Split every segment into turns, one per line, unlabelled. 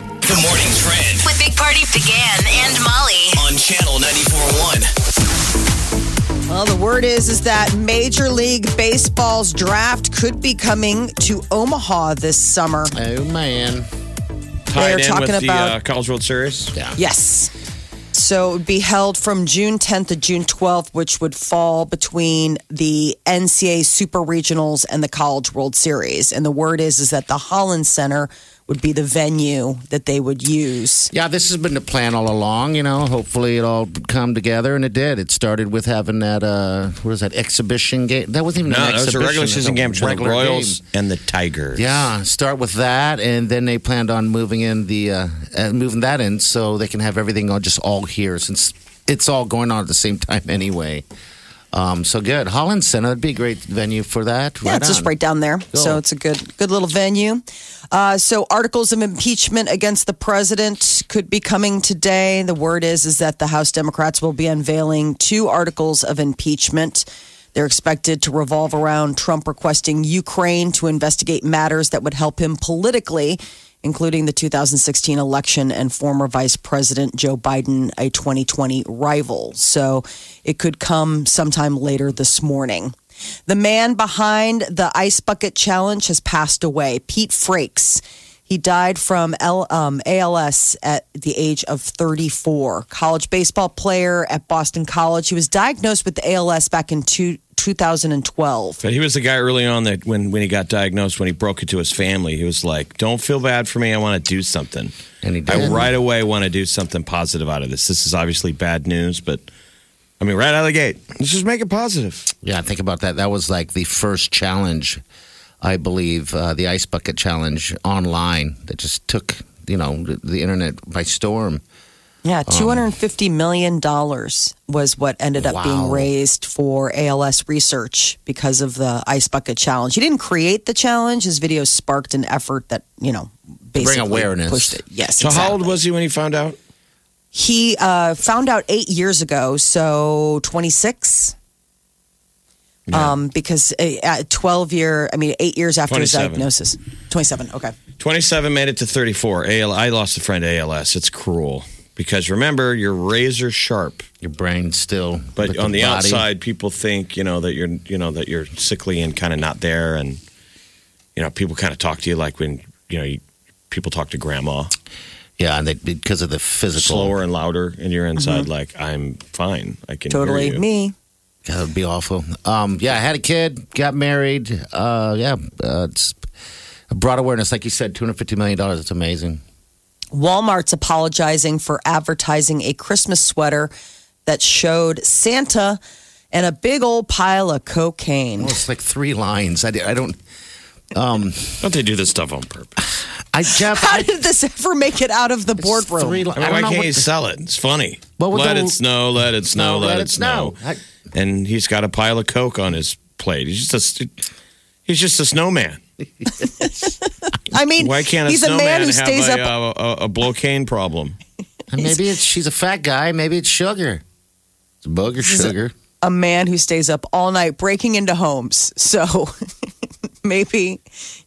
The morning trend
With Big Party began and Molly.
on channel 94.1.
Well, the word is is that Major League Baseball's draft could be coming to Omaha this summer.
Oh man.
They're
Tied in
talking
with the
about-
uh, College World Series.
Yeah.
Yes. So it would be held from June 10th to June 12th, which would fall between the NCAA Super Regionals and the College World Series. And the word is is that the Holland Center would be the venue that they would use.
Yeah, this has been the plan all along. You know, hopefully it all come together, and it did. It started with having that uh, what is that exhibition game? That wasn't even
No,
an
that was a
exhibition.
regular
That's
season
a
game between the
regular
Royals
game.
and the Tigers.
Yeah, start with that, and then they planned on moving in the uh, uh, moving that in so they can have everything all just all here since it's all going on at the same time anyway. Um, so good, Holland Center would be a great venue for that.
Yeah, it's just
on.
right down there. So
Cool.
it's a good, good little venue. Uh, so articles of impeachment against the president could be coming today. The word is is that the House Democrats will be unveiling two articles of impeachment. They're expected to revolve around Trump requesting Ukraine to investigate matters that would help him politically, including the 2016 election and former Vice President Joe Biden, a 2020 rival. So it could come sometime later this morning. The man behind the Ice Bucket Challenge has passed away, Pete Frakes. He died from L, um, ALS at the age of 34. College baseball player at Boston College. He was diagnosed with ALS back in two, 2012.
But he was the guy early on that when, when he got diagnosed, when he broke it to his family, he was like, Don't feel bad for me. I want to do something.
And he
I
did.
right away want to do something positive out of this. This is obviously bad news, but I mean, right out of the gate, let's just make it positive.
Yeah, think about that. That was like the first challenge, I believe, uh, the ice bucket challenge online that just took you know the, the internet by storm.
Yeah,
Um,
$250 million was what ended up being
Wow.
raised for ALS research because of the Ice Bucket Challenge. He didn't create the challenge. His video sparked an effort that, you know, basically
awareness.
pushed it. Yes.
So, how
exactly.
old was he when he found out?
He uh, found out eight years ago, so 26. Um, because uh, at 12 year, I mean, eight years after his
27.
diagnosis, 27. Okay.
27 made it to 34. AL, I lost a friend to ALS. It's cruel because remember, you're razor sharp.
Your brain still,
But
with
on the,
body.
outside, people think you know that you're you know that you're sickly and kind of not there, and you know people kind of talk to you like when you know you, people talk to grandma,
yeah, and they, because of the physical,
slower and louder, and you're inside like I'm fine, I can hear
Totally
you."
me.
God, that would be awful. Um, yeah, I had a kid, got married. Uh, yeah, uh, it's brought awareness, like you said, two hundred fifty million dollars. It's amazing.
Walmart's apologizing for advertising a Christmas sweater that showed Santa and a big old pile of cocaine.
Well, it's like three lines. I, di- I don't.
Don't they do this stuff on purpose?
I Jeff.
How
I,
did this ever make it out of the
it's
boardroom?
Three, li-
I mean,
don't
why
know
can't
what
you
the-
sell it? It's funny.
Well, with
let
the-
it snow, let it snow, let, it snow.
I-
and he's got a pile of coke on his plate. He's just a, he's just a snowman.
I mean,
Why can't a
he's a
snowman
man who
have
stays
a,
up.
uh, a, a blockane problem?
And maybe it's she's a fat guy. Maybe it's sugar. It's booger sugar.
uh,
a man who stays up all night breaking into homes. So maybe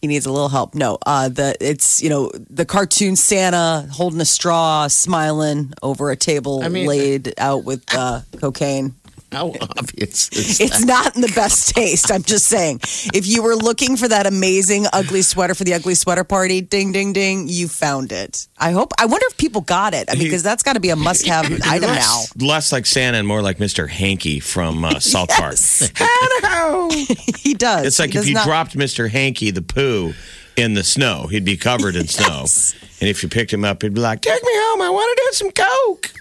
he needs a little help. No, uh, the it's you know the cartoon Santa holding a straw, smiling over a table
I mean-
laid out with uh, cocaine.
How obvious is that?
It's not in the best taste. I'm just saying. If you were looking for that amazing ugly sweater for the ugly sweater party, ding ding ding, you found it. I hope. I wonder if people got it. I mean, because that's got to be a must-have item now.
less, Less like Santa and more like Mr. Hanky from uh, South
Yes. he does.
Park. It's like
He
if
does
you
not-
dropped Mr. Hanky the poo in the snow, he'd be covered in snow. And if you picked him up, he'd be like, "Take me home. I want to do some coke."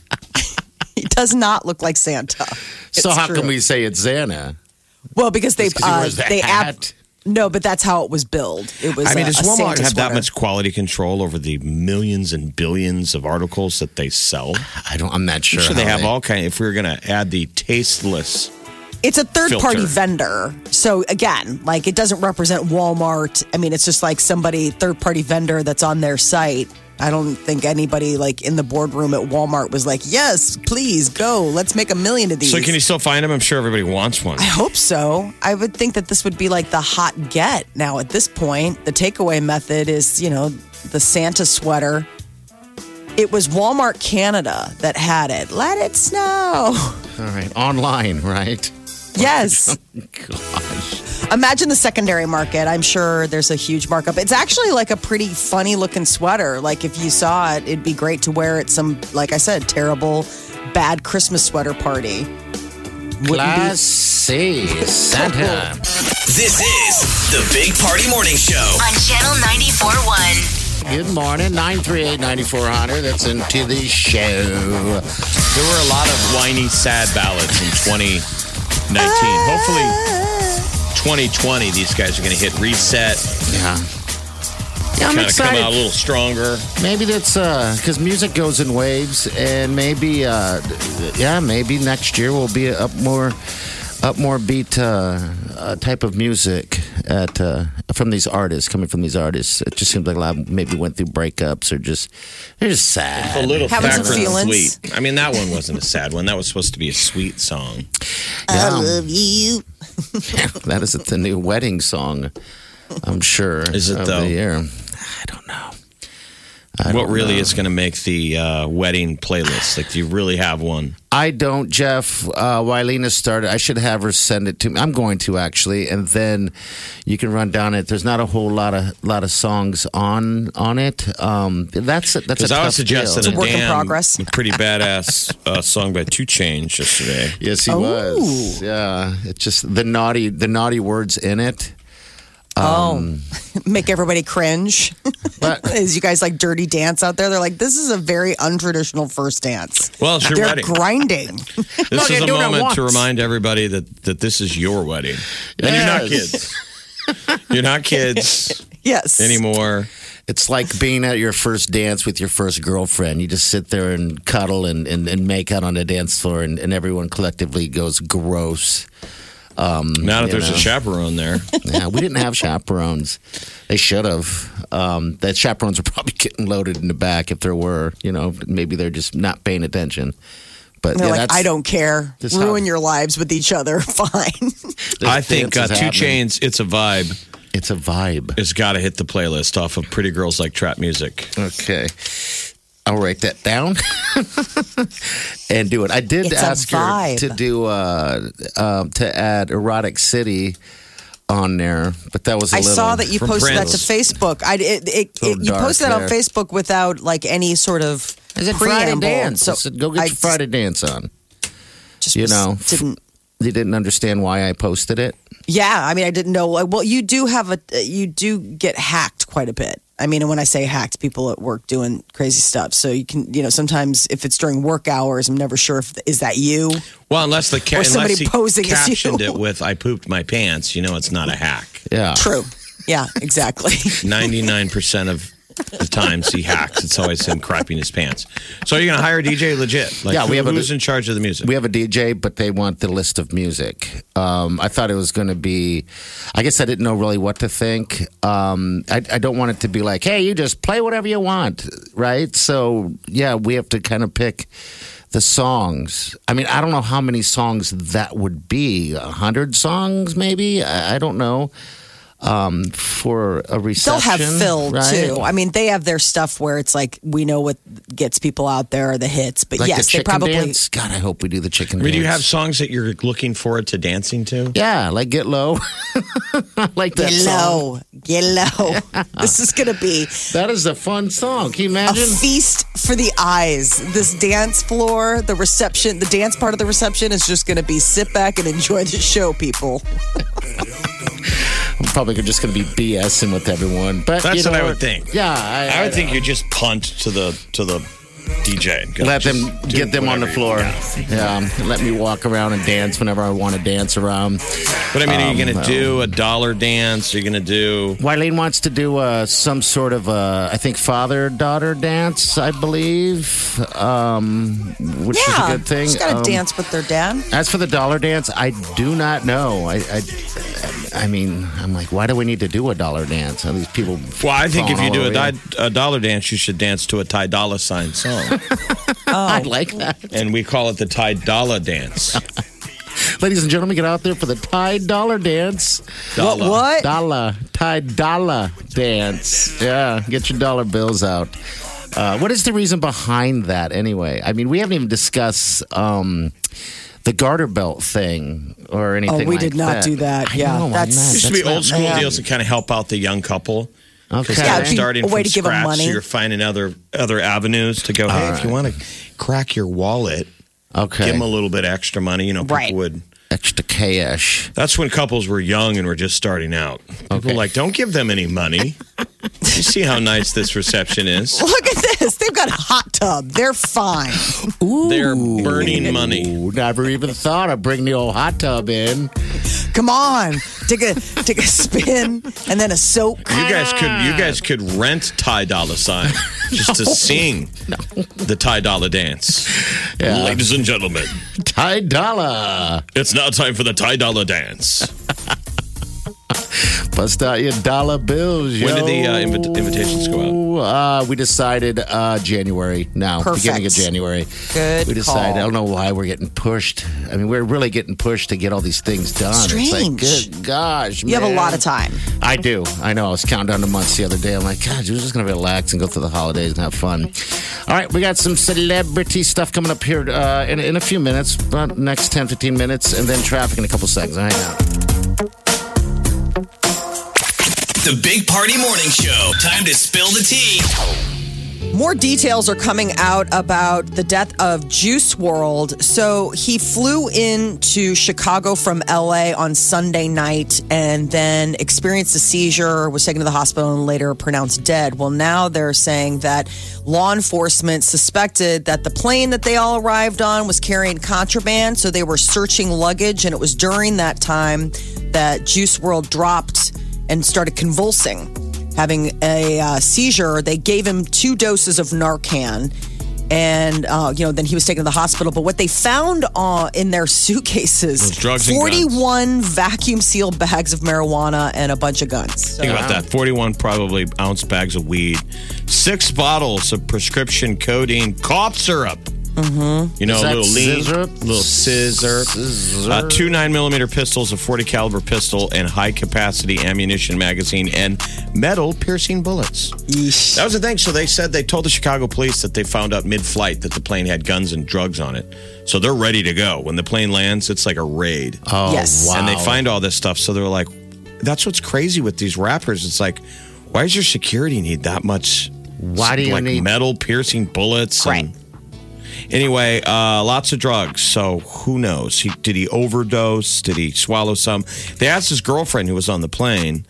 He does not look like Santa.
so
It's
how
true.
can we say it's Xana?
Well, because they
Because he
uh,
wears the
they
hat.
No, but that's how it was billed. It was.
I mean,
a,
does
a
Walmart
Santa
have that
sweater.
much quality control over the millions and billions of articles that they sell?
I don't. I'm not sure.
I'm sure they
how
have all kind. If we were going to add the tasteless,
It's a third party
filter.
vendor. So again, like it doesn't represent Walmart. I mean, it's just like somebody third party vendor that's on their site. I don't think anybody like in the boardroom at Walmart was like, "Yes, please go. Let's make a million of these."
so can you still find them? I'm sure everybody wants one.
I hope so. I would think that this would be like the hot get now at this point. The takeaway method is, you know, the Santa sweater. It was Walmart Canada that had it. Let it snow.
All right, online, right?
Yes.
Gosh.
Imagine the secondary market. I'm sure there's a huge markup. It's actually like a pretty funny looking sweater. Like if you saw it, it'd be great to wear at some, like I said, terrible, bad Christmas sweater party.
Classy Santa.
This is the Big Party Morning Show.
on Channel 94.1.
Good morning, 938-9400. That's into the show.
There were a lot of whiny, sad ballads in 2019. Hopefully, 2020, these guys are going to hit reset,
Yeah. Yeah, I'm
kind of come out a
excited.
little stronger.
Maybe that's uh because music goes in waves, and maybe uh yeah, maybe next year will be up more up more beat uh, uh, type of music at uh, from these artists coming from these artists. It just seems like a lot of maybe went through breakups or just they're just sad.
A little
Having some
factor in the
feelings.
sweet. I mean, that one wasn't a sad one. That was supposed to be a sweet song.
I love you.
That is the new wedding song, I'm sure.
Is it,
of
though?
The year. I don't know.
what really is going to make the uh, wedding playlist? Like, do you really have one?
I don't, Jeff. Uh, Wylena started. I should have her send it to me. I'm going to actually, and then you can run down it. There's not a whole lot of lot of songs on on it. Um, that's a, that's a
Because I
tough
was suggesting
deal.
a,
work in
damn
progress.
pretty badass uh, song by Two Chains yesterday.
Yes, he was. Yeah, it's just the naughty the naughty words in it.
Make everybody cringe.
Uh,
But
Is you guys like dirty dance out there? They're like, this is a very untraditional first dance.
Well, it's your
They're
wedding.
grinding.
This
No,
is
you're
a
doing it
moment to
once.
remind everybody that, that this is your wedding. And you're not
Yes.
kids. you're not kids
yes.
anymore.
It's like being at your first dance with your first girlfriend. You just sit there and cuddle and, and, and make out on the dance floor, and, and everyone collectively goes gross.
Now that
You
there's a
know.
chaperone there.
Yeah, we didn't have chaperones. They should have. Um, that chaperones were probably getting loaded in the back if there were. You know, maybe they're just not paying attention. But
They're
yeah,
like,
that's-
I don't care.
This
Ruin
how-
your lives with each other. Fine.
this
I think uh,
dance is
Two
happening.
Chains, It's a Vibe,
It's a vibe.
has got to hit the playlist off of Pretty Girls Like Trap Music.
Okay. I'll write that down and do it. I did
It's a
ask her
vibe.
to do uh, um, to add erotic city on there, but that was a
I
little.
saw that you
From
posted that
Prince.
to Facebook. I it, it,
So
it- you posted that
dark
on
there.
Facebook without like any sort of
I said Friday
preamble.
dance.
So
I said, go get
I
your Friday dance on.
just
you know.
didn't.
You didn't understand why I posted it.
Yeah, I mean, I didn't know. Well, you do have a you do get hacked quite a bit. I mean, and when I say hacked, people at work doing crazy stuff. So you can, you know, sometimes if it's during work hours, I'm never sure if is that you.
Well, unless the ca-
Or somebody
unless he
posing as you.
captioned it with "I pooped my pants," you know it's not a hack.
Yeah.
True. Yeah, exactly.
Ninety-nine percent of the times he hacks, it's always him crapping his pants. So you're gonna hire a DJ legit? Like,
Yeah, we
who-
have a-
who's in charge of the music?
We have a DJ, but they want the list of music. Um, I thought it was going to be, I guess I didn't know really what to think. Um, I, I don't want it to be like, hey, you just play whatever you want, right? So, yeah, we have to kind of pick the songs. I mean, I don't know how many songs that would be. A hundred songs, maybe? I, I don't know. Um, for a
They'll
reception.
have Phil
right?
too. I mean, they have their stuff where it's like we know what gets people out there are the hits, but
Like
yes,
the
they
chicken
probably
dance. God, I hope we do the chicken
I mean, do you
dance.
have songs that you're looking forward to dancing to?
Yeah, like Get Low. I like that
get
song.
low, get low. This is gonna be
That is a fun song. Can you
a
imagine?
feast for the eyes. This dance floor, the reception, the dance part of the reception is just going to be sit back and enjoy the show, people.
I'm probably just going to be BSing with everyone. But
That's
you know,
what I would think.
Yeah, I,
I would think you just punt to the to the DJ. and go,
let
"Just
them
do
get them on the
whatever you
floor.
got."
Yeah, let me walk around and dance whenever I want to dance around.
But I mean, are you
Um,
going to
um,
do a dollar dance? Are you going to do?
Wileen wants to do uh, some sort of, uh, I think, father daughter dance, I believe, um, which
yeah,
is a good thing.
She's got to
Um,
dance with their dad.
As for the dollar dance, I do not know. I, I, I mean, I'm like, why do we need to do a dollar dance? All these people.
Well, I think if
falling
you
all
do a,
over
di-
you.
a dollar dance, you should dance to a Ty Dolla Sign song,
I like that.
and we call it the Ty Dolla dance.
Ladies and gentlemen, get out there for the Tide Dollar Dance.
What?
Dolla.
What?
Dollar, Tide Dollar Dance. Yeah, get your dollar bills out. Uh, what is the reason behind that anyway? I mean, we haven't even discussed um, the garter belt thing or anything.
Oh, we
like
did not do that.
I
Yeah,
know, I'm
that's-
not.
It used to be
That's
old
not
school
bad.
deals to kind of help out the young couple.
Okay.
Yeah,
They're
it'd be
starting
a way to
from
give 'em
scratch,
money.
so you're finding other other avenues to go. Hey, if you want to crack your wallet,
okay.
give them a little bit extra money. You know, people
Right.
would.
extra cash.
That's when couples were young and were just starting out. People
Okay.
were like, don't give them any money. you see how nice this reception is.
Look at this. They've got a hot tub. They're fine.
They're burning money.
Ooh, never even thought of bringing the old hot tub in.
Come on, take a take a spin and then a soak.
You guys could you guys could rent Ty Dolla Sign just to sing the Ty Dolla dance. Ladies and gentlemen,
Tide Dollar.
it's now time for the Ty Dolla dance.
Bust out your dollar bills.
When
yo.
did the, uh, invit- invitations go
out? Uh, we decided uh, January. Now,
Perfect.
beginning of January.
Good
We decided.
call.
I don't know why we're getting pushed. I mean, we're really getting pushed to get all these things done. It's like,
Strange.
good gosh,
You have a lot of time.
I do. I know. I was counting down the months the other day. I'm like, God, we're just going to relax and go through the holidays and have fun. All right, we got some celebrity stuff coming up here uh, in, in a few minutes, about next 10, 15 minutes, and then traffic in a couple seconds. Hang out.
The Big Party Morning Show. Time to spill the tea.
More details are coming out about the death of Juice World. So he flew into Chicago from LA on Sunday night and then experienced a seizure, was taken to the hospital and later pronounced dead. Well, now they're saying that law enforcement suspected that the plane that they all arrived on was carrying contraband, so they were searching luggage and it was during that time that Juice World dropped and started convulsing having a uh, seizure. They gave him two doses of Narcan, and uh, you know then he was taken to the hospital. But what they found uh, in their suitcases
drugs and guns.
forty-one vacuum sealed bags of marijuana and a bunch of guns.
Think about that. 41 probably ounce bags of weed, six bottles of prescription codeine, cough syrup. Mm-hmm. You know,
Is
a
that
little lean,
scissor?
little scissor,
Scissor.
Uh, two nine millimeter pistols, a forty caliber pistol, and high capacity ammunition magazine, and metal piercing bullets. That was the thing. So they said they told the Chicago police that they found out mid flight that the plane had guns and drugs on it. So they're ready to go when the plane lands. It's like a raid.
Oh,
Yes.
wow.
And they find all this stuff. So they're like, that's what's crazy with these rappers. It's like, why does your security need that much?
Why do you
like
need-
metal piercing bullets? Right. anyway, uh, lots of drugs. So who knows? He, did he overdose? Did he swallow some? They asked his girlfriend who was on the plane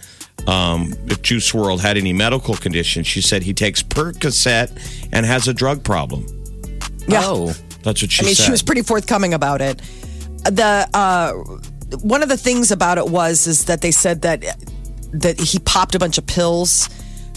um, if Juice World had any medical condition. She said he takes Percocet and has a drug problem.
Oh.
That's what she
I mean,
said.
she was pretty forthcoming about it. The uh, one of the things about it was is that they said that that he popped a bunch of pills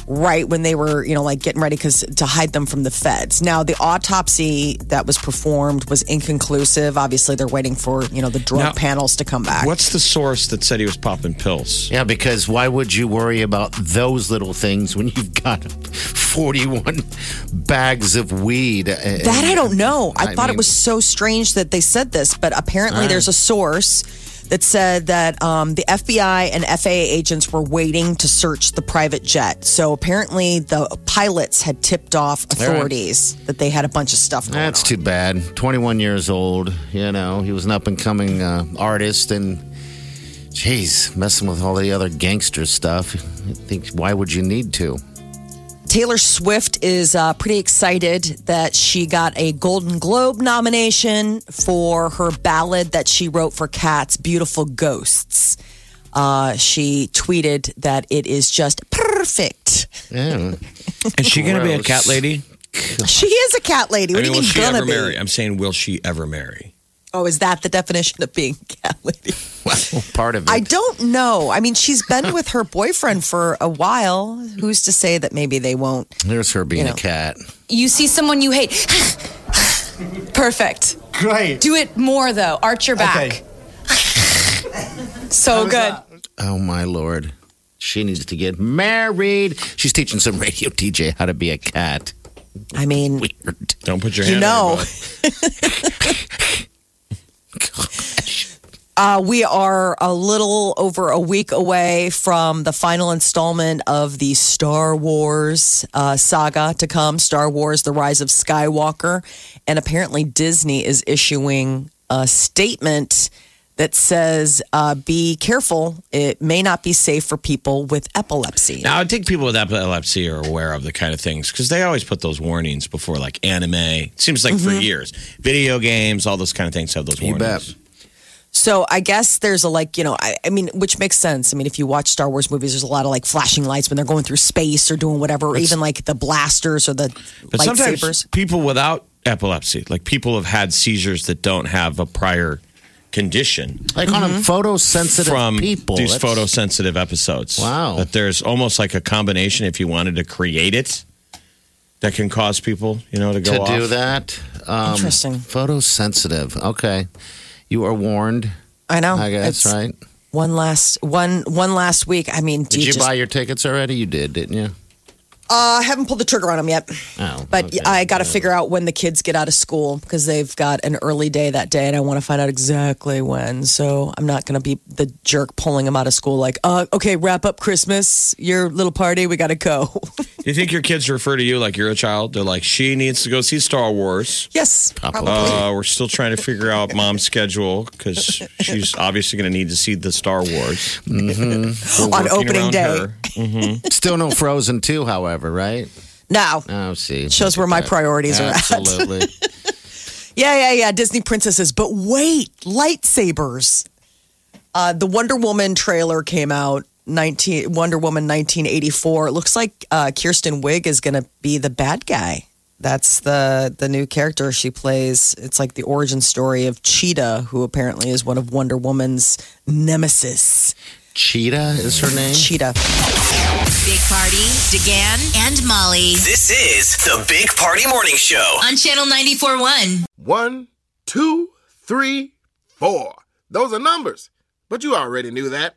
right when they were you know like getting ready because to hide them from the feds now the autopsy that was performed was inconclusive obviously they're waiting for you know the drug
Now-
panels to come back
What's the source that said he was popping pills?
Yeah, because why would you worry about those little things when you've got 41 bags of weed?
That I don't know. I,
I
thought it
mean-
was so strange that they said this, but apparently there's a source that said that um, the FBI and FAA agents were waiting to search the private jet. So apparently the pilots had tipped off authorities that they had a bunch of stuff going
That's
on.
too bad. 21 years old, you know, he was an up and coming uh, artist and jeez, messing with all the other gangster stuff. I think why would you need to?
Taylor Swift is uh, pretty excited that she got a Golden Globe nomination for her ballad that she wrote for Cats, Beautiful Ghosts. Uh, she tweeted that it is just perfect.
Yeah.
Is she going to be a
Gross.
cat lady?
She is a cat lady.
I
What
mean,
do
will
you mean
she
gonna
ever
be?
marry? I'm saying, will she ever marry?
Oh, is that the definition of being a cat lady?
Part of it.
I don't know. I mean, she's been with her boyfriend for a while. Who's to say that maybe they won't?
There's her being
You know.
a cat.
You see someone you hate. Perfect.
Great.
Do it more though. Arch your back.
Okay.
So good.
Oh my lord. She needs to get married. She's teaching some radio DJ how to be a cat.
I mean,
Weird.
Don't put your
You
hand.
know.
on her butt.
Gosh.
Uh, we are a little over a week away from the final installment of the Star Wars uh, saga to come Star Wars The Rise of Skywalker. And apparently, Disney is issuing a statement that says uh, be careful. It may not be safe for people with epilepsy.
Now, I think people with epilepsy are aware of the kind of things because they always put those warnings before, like anime. It seems like
Mm-hmm.
for years, video games, all those kind of things have those
You
warnings.
bet.
So I guess there's a like, you know, I, I mean, which makes sense. I mean, if you watch Star Wars movies, there's a lot of like flashing lights when they're going through space or doing whatever, or even like the blasters or the
But sometimes
lightsabers.
people without epilepsy, like people have had seizures that don't have a prior condition
Like on
Mm-hmm.
a photosensitive
from
people.
these
That's-
photosensitive episodes.
Wow.
That there's almost like a combination if you wanted to create it that can cause people, you know, to go
to
off.
do that. Um,
Interesting.
Photosensitive. Okay. You are warned.
I know.
I guess,
Oh, It's
right?
One last one one last week. I mean, do
Did you,
just,
buy your tickets already? You did, didn't you?
Uh, I haven't pulled the trigger on them yet.
Oh,
But
okay.
I got to figure out when the kids get out of school because they've got an early day that day, and I want to find out exactly when. So I'm not going to be the jerk pulling them out of school like, uh, okay, wrap up Christmas, your little party, we got to go.
Do you think your kids refer to you like you're a child? They're like, she needs to go see Star Wars.
yes,
Uh, we're still trying to figure out mom's schedule because she's obviously going to need to see the Star Wars
on
Working
opening
around
day.
her.
Still no Frozen 2, however, right?
Now,
Oh, see.
shows where my priorities are at.
Absolutely.
Yeah, yeah, yeah. Disney princesses. But wait, lightsabers. Uh, the Wonder Woman trailer came out. 19 Wonder Woman 1984. It looks like uh, Kirsten Wig is going to be the bad guy. That's the the new character she plays. It's like the origin story of Cheetah, who apparently is one of Wonder Woman's nemesis.
Cheetah is her name.
Cheetah.
Big Party, DeGan, and Molly
This is the Big Party Morning Show.
on Channel 94.1.
One, two, three, four. Those are numbers. But you already knew that.